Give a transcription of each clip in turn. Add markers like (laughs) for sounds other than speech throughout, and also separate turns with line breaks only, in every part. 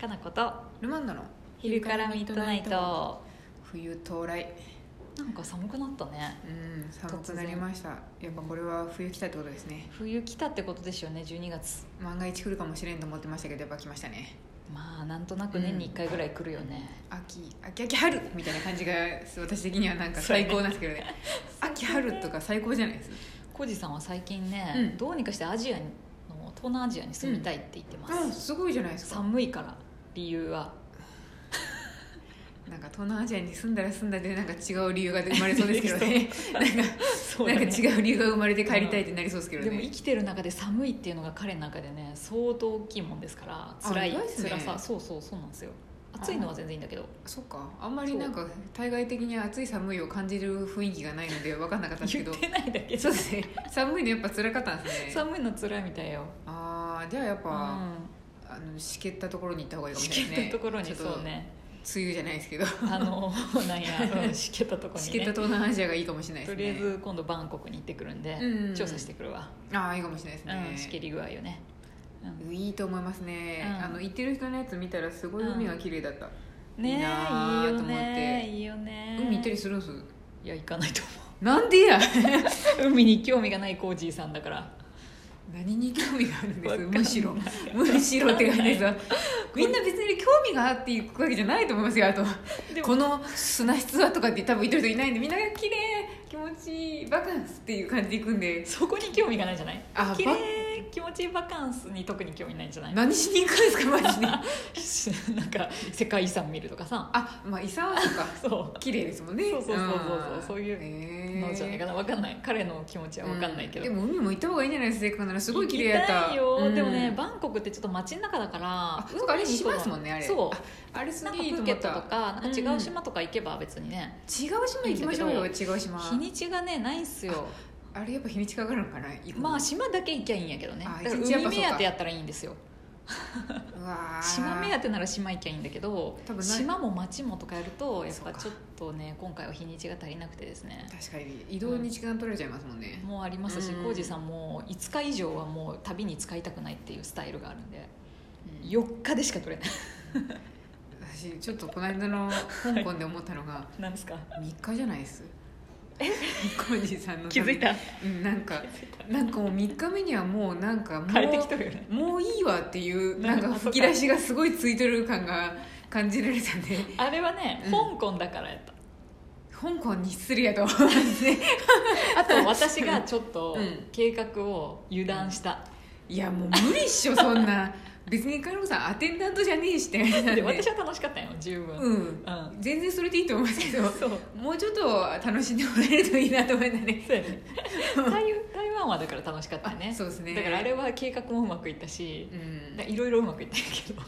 かなこと
ルマンドの
昼からミッドナイト
冬到来
なんか寒くなったね
うん寒くなりましたやっぱこれは冬来たってことですね
冬来たってことですよね12月
万が一来るかもしれんと思ってましたけどやっぱ来ましたね
まあなんとなく年に1回ぐらい来るよね、
秋秋秋春みたいな感じが私的にはなんか最高なんですけ (laughs) どね秋春とか最高じゃないです
コジさんは最近ね、
うん
どうにかしてアジアの東南アジアに住みたいって言ってます、
あすごいじゃないですか
寒いから理由は
なんか東南アジアに住んだら住んだでなんか違う理由が生まれそうですけど (laughs) ね (laughs) なんか
そ
なんか違う理由が生まれて帰りたいってなりそうですけど
でも生
ね
きてる中で寒いっていうのが彼の中でね相当大きいもんですから辛い
意外ですね
辛さそうそうそうなんですよ暑いのは全然いいんだけど
そっかあんまりなんか対外的に暑い寒いを感じる雰囲気がないので分かんなかったんです
言
けど
ってないだけ
そうですね寒いのやっぱ辛かったんですね
寒いの辛いみたいよ、
ああじゃあやっ
う
ぱ、
ん、
あのしけったところに行った方がいいかも
し
しれないです
け
ね
たところに
ちょっ
そうね
梅雨じゃないですけど、
あのなんや、うんしけたところ
し
に、
けった
ね、
東南アジアがいいかもしれないで
と
す
り
ね
あえず今度バンコクに行ってくるんで、
うん
調査してくるわ、
ああいいかもしれないですね、
うん、しけり具合よね、うん
いいと思いますね、
うん
あの行ってる人のやつ見たらすごい海が綺麗だった、
ねえ
いいなあ
いいよ
と思って
ねいいよね
海行ったりするんす
いや行かないと
なんでや
思う海に興味がないコージーさんだから
何に興味があるんで
わ
す
かんない
むしろむしろって感じですわみんな別に興味があって行くわけじゃないと思いますよあと
でも
この砂質はとかって多分言ってる人いないんでみんなが綺麗気持ちいいバカンスっていう感じで行くんで
そこに興味がないじゃない
あ
綺麗気持ちいいバカンスに特に興味ないんじゃない
何しに行くんですかマジで
(laughs) なんか世界遺産見るとかさ
あまあ遺産はとか
そ
綺麗ですもんね
そうそうそうそうそうそういうう
い
のじゃないかな分かんない彼の気持ちは分かんないけど、
でも海も行った方がいいんじゃないですかせっかくならすごい綺麗やった
行きいよ、
うん
でもねバンコクってちょっと街の中だから
あそうかあれ
海に行くの
島ですもんねあれ
そう
あれす
なん
げ
か
えいい
プ
と
ー
思
ケ
っ
ット
た
とかなんか違
うんう
うん島とか行けば別にね、
違う島行きましょうよ
いい
違う島
日にちがねないんすよ
あれやっぱ日にちかかるのかな行くの
まあ島だけ行きゃいいんやけどね
あ
だから
一日やっぱ
海
そうか
目当てやったらいいんですよ
うわー
島目当てなら島行きゃいいんだけど
多分ない
島も町もとかやるとやっ
そう
ぱ
か
ちょっとね今回は日にちが足りなくてですね
確かに移動に時間取られちゃいますもんね、
もうありますし
うん
浩二さんも5日以上はもう旅に使いたくないっていうスタイルがあるんで
うん
4日でしか取れない
私ちょっとこの間の香港で思ったのが
なんですか
3日じゃないですコージーさんの
気づいた
うんなんかなんかもう3日目にはもうなんかもう
変えてきとるよね
もういいわっていうなんか吹き出しがすごいついてる感が感じられたんで
あれはね、
うん
香港だからやった
香港に失礼やと思いますね
あと私がちょっと
うん
計画を油断した、
いやもう無理っしょそんな別に彼女さんアテンダントじゃねえしって話なん
で
で
私は楽しかったよ十分、
うん、
ん
全然それでいいと思いますけど
そう
もうちょっと楽しんでもらえるといいなと思いましたね
そうや
(laughs)
ね台台湾はだから楽しかったよね
あそうですね
だからあれは計画もうまくいったし
う、ん
いろいろうまくいったんやけど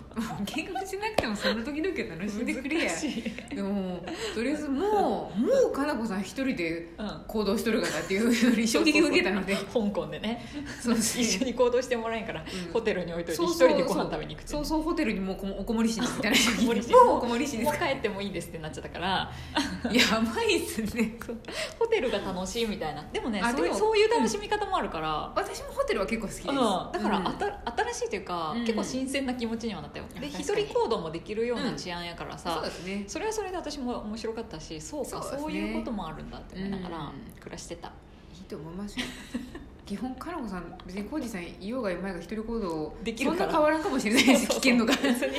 計画しなくてもその時々楽しんでくれや
難しい、
でもとりあえずもうもうかなこさん一人で
うん、
行動しとる方っていうより衝撃を受けたの
(laughs)
で
香港でね
そうです
一緒に行動してもらえんから、
うん
ホテルに置いといて
そう
一
そう
人でご飯食べに行くって
そうそうホテルにもうこもおこもりしにみたいな人
おこもりしに
もうおこもりしに
もう帰ってもいいですってなっちゃったから
やばいっすね
ホテルが楽しいみたいなでもね
あ
そうい
で
う
も
そういう楽しみ方もあるから、
私もホテルは結構好きです、
うん、だからあ
うん
た、新しいというか、
うん
結構新鮮な気持ちにはなったよ
あ
で
確か
一
に
人行動もできるような治安やから
そう
さ、
で
(laughs)
すね
それはそれで私も面白かったしそうか
そう
そう
ですね
いうこともあるんだって思いながら
うん
暮らしてた、
いいと思いますよ基本かなこさん別にコージさんいようがいまいが一人行動
できるから
そんな変わらんかもしれないです危険度が
別に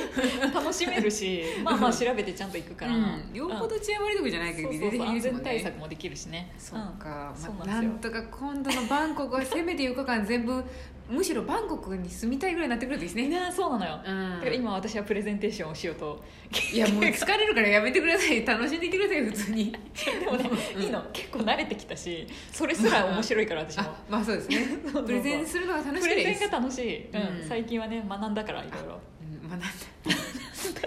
楽しめるしまあまあ調べてちゃんと行くから、
うん、よほ
うん
ど治安悪いとこじゃないけど、
そう
全
そう
然
そう安
平気ですも
全
ん
対
ね
策もできるしね
そっか、
うんそう
まあ、
な
なん
ですよ
んとか今度のバンコクはせめて4日間全部むしろバンコクに住みたいぐらいになってくるといいです
うん
ね、
ねそうなのよ、
う
だから
ん、
今私はプレゼンテーションをしようと
いやもう疲れるからやめてください楽しんでいってください普通に
でもね、
うん
いいの結構慣れてきたしそれすら面白いから私も
あまあそうですね
(laughs) そうそう
プレゼンするのが楽し
プ
い
レ
で
ゼ
す
ンが楽しい、うん
うん
最近はね学んだからいろいろ
うん学んだ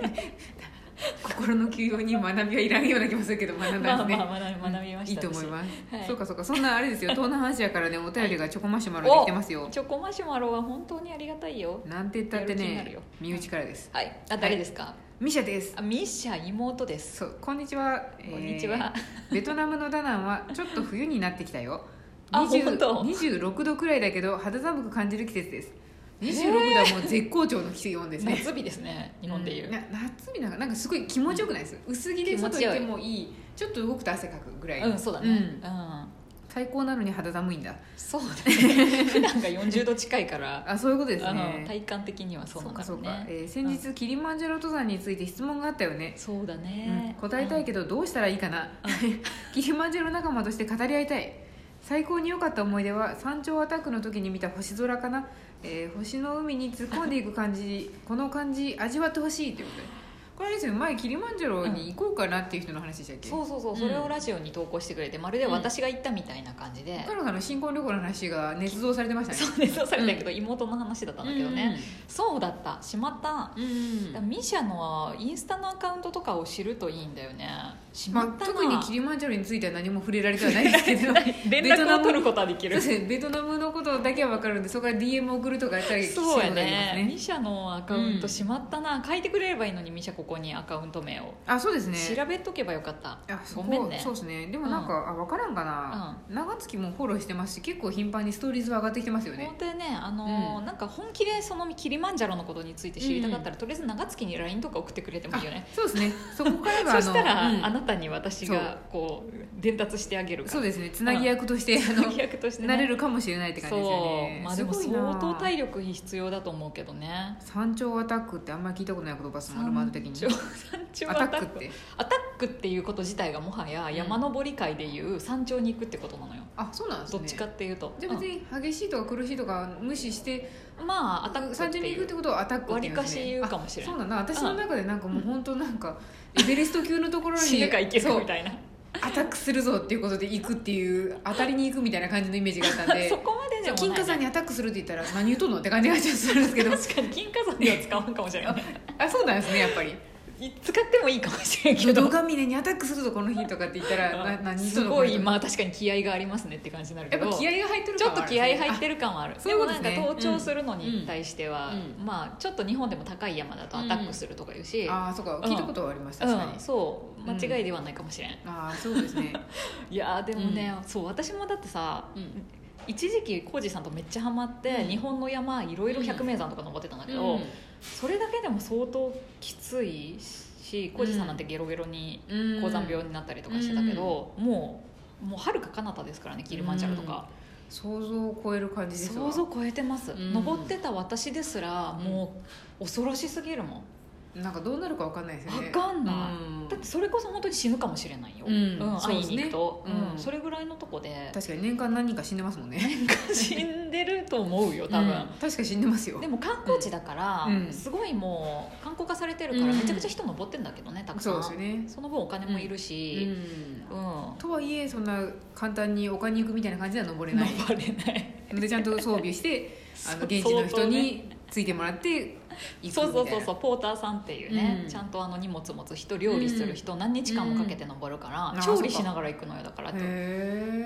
心の休養に学びはいらんような気もするけど学んだ
まあ
んですね、
まあ学び学びました
いいと思います、
はい
そうかそうかそんなあれですよ東南アジアからねお便りがチョコマシュマロで来てますよ、
チョコマシュマロは本当にありがたいよ
なんて言ったって
やる気になる
ね
よ
身内からです、
はいあ誰ですか、
ミシャです
あミッシャ妹です
そうこんにちは、えー
こんにちは
ベトナムのダナンはちょっと冬になってきたよ
あ
20
本当
26度くらいだけど肌寒く感じる季節です26度はもう絶好調の気温ですね
夏日ですね日本でいう、
んな夏日なんかなんかすごい気持ちよくないです薄着で外行ってもいいちょっと動くと汗かくぐらい、
うんそうだね
う
うんん、
最高なのに肌寒いんだ
そうだ
(laughs)
ね普段が40度近いから
あそういうことです
あの
ね
体感的にはそうな
そ
の
う
か
か
も
そ
ね
うか、えー先日キリマンジャロ登山について質問があったよね、
そうだ
うん
ね、
答えたいけどどうしたらいいかな、 (laughs) キリマンジャロ仲間として語り合いたい最高に良かった思い出は山頂アタックの時に見た星空かな、えー星の海に突っ込んでいく感じこの感じ味わってほしいってことでこれあれですよ前キリマンジャロに行こうかなっていう人の話でしたっけ、
そうそうそう、
うん
それをラジオに投稿してくれてまるで私が行ったみたいな感じで、
彼女の新婚旅行の話が捏造されてましたね
そうねそうされたけど、妹の話だったんだけどね、そうだったしまった、
うん、うん
だからミシャのインスタのアカウントとかを知るといいんだよねしま
ま
っ
あ、
たな、
特にキリマンジャロについては何も触れられてはないですけ
(laughs)
ど
連
ベト
絡を
ナム
取ることはでき
(laughs) そうで
る
すねベトナムのことだけは分かるんでそこから DM 送るとかやったら
そうや
必要になります
ねミシャのアカウン
うん
トしまったな、書いてくれればいいのにミシャここにアカウント名を、
あそうですね
調べとけばよかった
あそ
ご
こ
めんね
そうですねでもなんか、あ分からんかな、長月もフォローしてますし結構頻繁にストーリーズは上がってきてますよね
本当にねあのー
う
なんか本気でそのキリマンジャロのことについて知りたかったら、とりあえず長月に LINE とか送ってくれてもいいよね
あそうですねそこから
(laughs) そ
が
したら、
あのうん
あなたに私がこう伝達してあげるか
そ
ら
うですねつなぎ役として、あの
契約と (laughs) して、ね、
なれるかもしれないって感じですよね
そうまあでも
すごいな
相当体力必要だと思うけどね
山頂アタックってあんまり聞いたことない言葉ですもんアルマード的に
山頂山頂
ア
ア
タ
タ
ッ
ック
クっ
って
て
アタックっていうこと自体がもはや山登り界でいう山頂に行くってことなのよ、
あそうなんです
ど
ね
っちかっていうと
じゃあ別に激しいとか苦しいとか無視して
うんまあアタック
山頂に行くってことはアタックって言うんですね
割りかし言うかもしれない
あそうなんだ私の中でなんかもう本当なんかエベレスト級のところに
(laughs) 死ぬか行けるみ
そう
たいな
アタックするぞっていうことで行くっていう当たりに行くみたいな感じのイメージがあったん (laughs) で
そこまででもない、ね、
金華山にアタックするって言ったら何言うとんのって感じがちょっとするんですけど
確かに金華山では使わんかもしれない
あ (laughs) そうなんですねやっぱり
い使ってもいいかもしれんけ
「堂
ど
上峰にアタックするぞこの日」とかって言ったらな何言うと
す
んの
ごい
この
まあ確かに気合がありますねって感じになる
人
け
や
ど
っぱ気合が入ってる
ちょ
感
っ
はあ
と
るんです
気
ね
合入ってる感はある
そう
で
い
も
うこと
な
です
ん
ね
か登頂するのに対しては、
うん
まあちょっと日本でも高い山だとアタックするとか言うし、
ああそうか聞いたことはあります
う
確かに、
ん、そう
うん
間違いではないかもしれん、
ああそうですね、
いやーでもね、そう私もだってさ
(laughs) うん
一時期浩二さんとめっちゃハマって、
うん
日本の山いろいろ百名山とか登ってたんだけど、それだけでも相当きついし浩二さんなんてゲロゲロに
うん
高山病になったりとかしてたけど、もうもうはるか彼方ですからねキルマンジャロとか。
想像を超える感じですわ
想像超えてます、
うん
登ってた私ですら
うん
もう恐ろしすぎるもん、
なんかどうなるかわかんないですよね
わかんない
うん
だってそれこそ本当に死ぬかもしれないよ、
うんそう
会
で
い
すね
に行くと、
うん
それぐらいのとこで
確かに年間何人か死んでますもんね
死んでると思うよ多
うん
分、
確かに死んでますよ
でも観光地だから、
うん
すごいもう観光化されてるから
うん
めちゃくちゃ人登ってんだけどねたくさ
そうんですよね、
その分お金もいるし、うん
とはいえそんな簡単に丘に行くみたいな感じでは登れない
登れない
のでちゃんと装
(laughs)
備してあの
そう
現地の人
相当ね
についてもらって行
そう
く
そ
み
う
た
そう
いな
そうポーターさんっていうね、
うん
ちゃんとあの荷物持つ人料理する人、何日間もかけて登るから、
うんあ
調理
そうか
しながら行くのよだから
へ
う
え、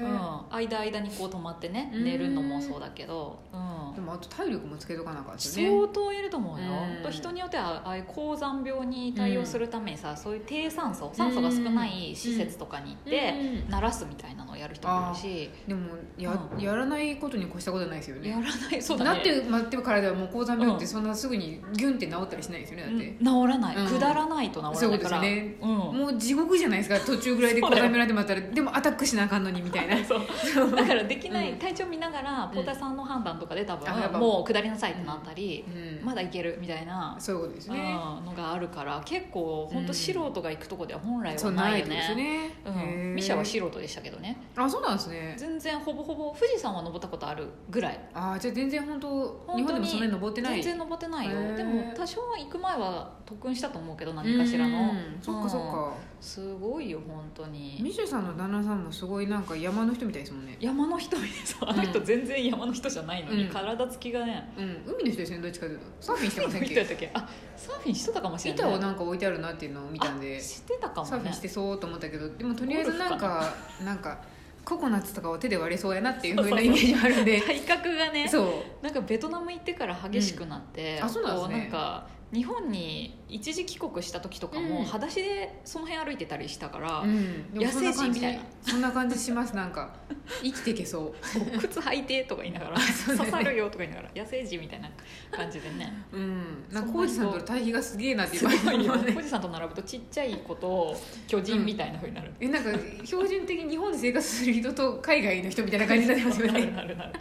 ん、間間にこう止まってね
うん
寝るのもそうだけど、うん
でもあと体力もつけとかなかったね
相当いると思うよ、
うん
と人によってはああいう高山病に対応するためにさ、そういう低酸素酸素が少ない施設とかに行って、
うん
鳴らすみたいなのをやる人もいるし、
でもや,、
うん
やらないことに越したことないですよね
やらないそうだ
な
ね
って待ってるからではもう高山病って
うん
そんなすぐにギュンって治ったりしないですよねだ
う
っ
ん
て、
治らない、
うん
下らないと治らないから
そういう
う
こ
ん
もう地獄じゃないですか途中ぐらいで
そ
高
うだよ
山病でもあったらでもアタックしなあかんのにみたいな
(laughs) そうだからできない、
うん
体調見ながらポーターさんの判断とかで多分、
あやっぱ
もう下りなさいってなったり
う、ん
まだいけるみたいな
そういうことですね
うんのがあるから結構本
うん
当素人が行くとこでは本来
そ
は
う
な
ないい
よ
で
ね。
すね
うん
へー
ミシャは素人でしたけどね
あそうなんですね
全然ほぼほぼ富士山は登ったことあるぐらい
あじゃあ全然本当
当に
日本でもそんなに登ってない
全然登ってない
へー
よでも多少は行く前は特訓したと思うけど何かしらの
うんそっかそっか
すごいよ本当に
ミシュさんの旦那さんもすごいなんか山の人みたいですもんね
山の人みたいさあの人全然山の人じゃないの
うん
に体つきがね
うん海の人ですねどっちかというとサーフィンしてませんっ
見て
け
た時あサーフィンしてたかもしれない
板をなんか置いてあるなっていうのを見たん
あ
で
してたかも
サーフィ
ね
ンしてそうと思ったけどでもとりあえずなんかなんかココナッツとかを手で割れそうやなっていうふうなイメージがあるんで
体格がね
そう
なんかベトナム行ってから激しくなって、
うんあそうなんですね
こうなんか日本に一時帰国した時とか
うん
も裸足でその辺歩いてたりしたから、
うんでもそん
野
な感じ
生児みたいな
そんな感じしますなんか生きていけそう
靴履いてとか言いな (laughs) がら、
そうだ
刺
ね
さるよとか言いながら野生児みたいな感じでね
うん、なんか
そんな人
浩二さんとの対比がすげえなって
す
言わ
ご (laughs)
れ
い
る
よ (laughs)
よね
富士山と並ぶとちっちゃい子と巨人みたいなふう (laughs) になる、
えなんか標準的に日本で生活する人と海外の人みたいな感じになります
(laughs)
よね
なるなるなる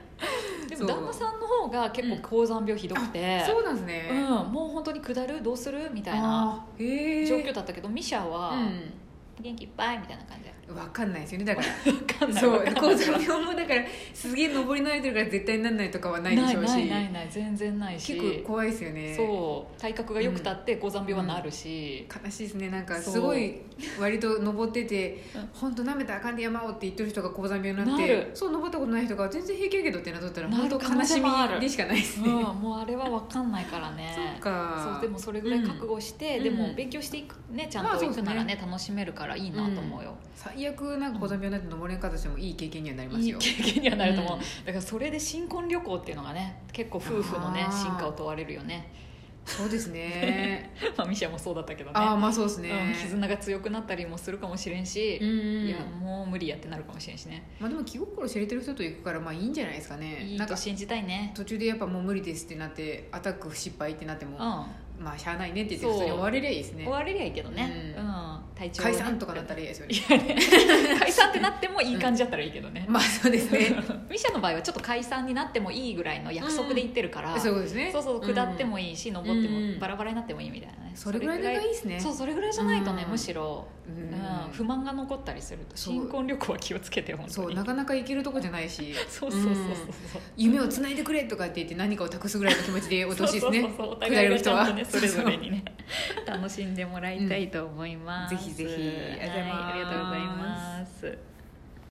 で
そ
も
う
旦那さんの方が結構高山病ひどくて、
そうなんです
うん
ね、
もう本当に下るどうするみたいな
ああへえ
状況だったけどミシャは
う
元気いっぱいみたいな感じで
ん分かんないですよねだから
分かんない
そう
わかんない
高山病もだからすげえ登り慣れてるから絶対になんないとかはないでしょうし
ないないないない全然ないし
結構怖いですよね
そう体格が良くたって高山病はなるし、
悲しいですねなんか
そう
すごい割と登ってて
うん
「本当なめたらあかんで山を」って言ってる人が高山病になっ
な
て
る
そう登ったことない人が全然平気やけどってなっとったら
な
本
る
当
可
悲
能
し
性
み
もある
でしかないです
うん
ね、
もうあれは分かんないからね
(laughs) そっか
そうでもそれぐらい覚悟して、
うん
で
う
も
ん
勉強していくねちゃ
ま
ん
あ
と
そう
行
です
く
ね
ならね,、楽しめるからいいなと思うよ、
最悪なんか高山病になって登れんかったとしてもいい経験にはなります
いい
よ
経験にはなると思う、
うん
だからそれで新婚旅行っていうのがね結構夫婦のね
あー
進化を問われるよね
(laughs) そうですね (laughs)
まあミシャもそうだったけどね
ああまあそうですね、
うん、絆が強くなったりもするかもしれんし、
うんうん
いやもう無理やってなるかもしれんしね、
まあ、でも気心知れてる人と行くからまあいいんじゃないですかね
いい
なん
と
か
信じたいね
途中でやっぱもう無理ですってなってアタック失敗ってなって
う
も
ん、
まあしゃあないねって言って
そう
普通に終われりゃいいですね
終われりゃいいけどね、
う
うんん体調をね
解散とかだったらいいですよね
(laughs) 解散ってなってもいい感じだったらいいけどね、
(laughs) まあそうですね
(laughs) ミシャの場合はちょっと解散になってもいいぐらいの約束で行ってるから、
そういうことですね
そうそう下って
いい、
もいいし、登って
うん
もバラバラになってもいいみたいなね
うんそれぐらいのがいいですね
そうそれぐらいじゃないとね、
うん
むしろ、
う
うん
ん
不満が残ったりすると
そう
新婚旅行は気をつけて本
そ
当
う
に
なかなか行けるとこじゃないし
そうそうそうそうそう
夢をつないでくれとかって言って何かを託すぐらいの気持ちでお年ですね
そうそうそうお
下
互
れ
い
る
がち
人
ゃ
は
んとねそれぞれにね楽しんでもらいたいと思います、
うんぜひぜひ
はい
ありがとうござい
あり
ます
がとうございます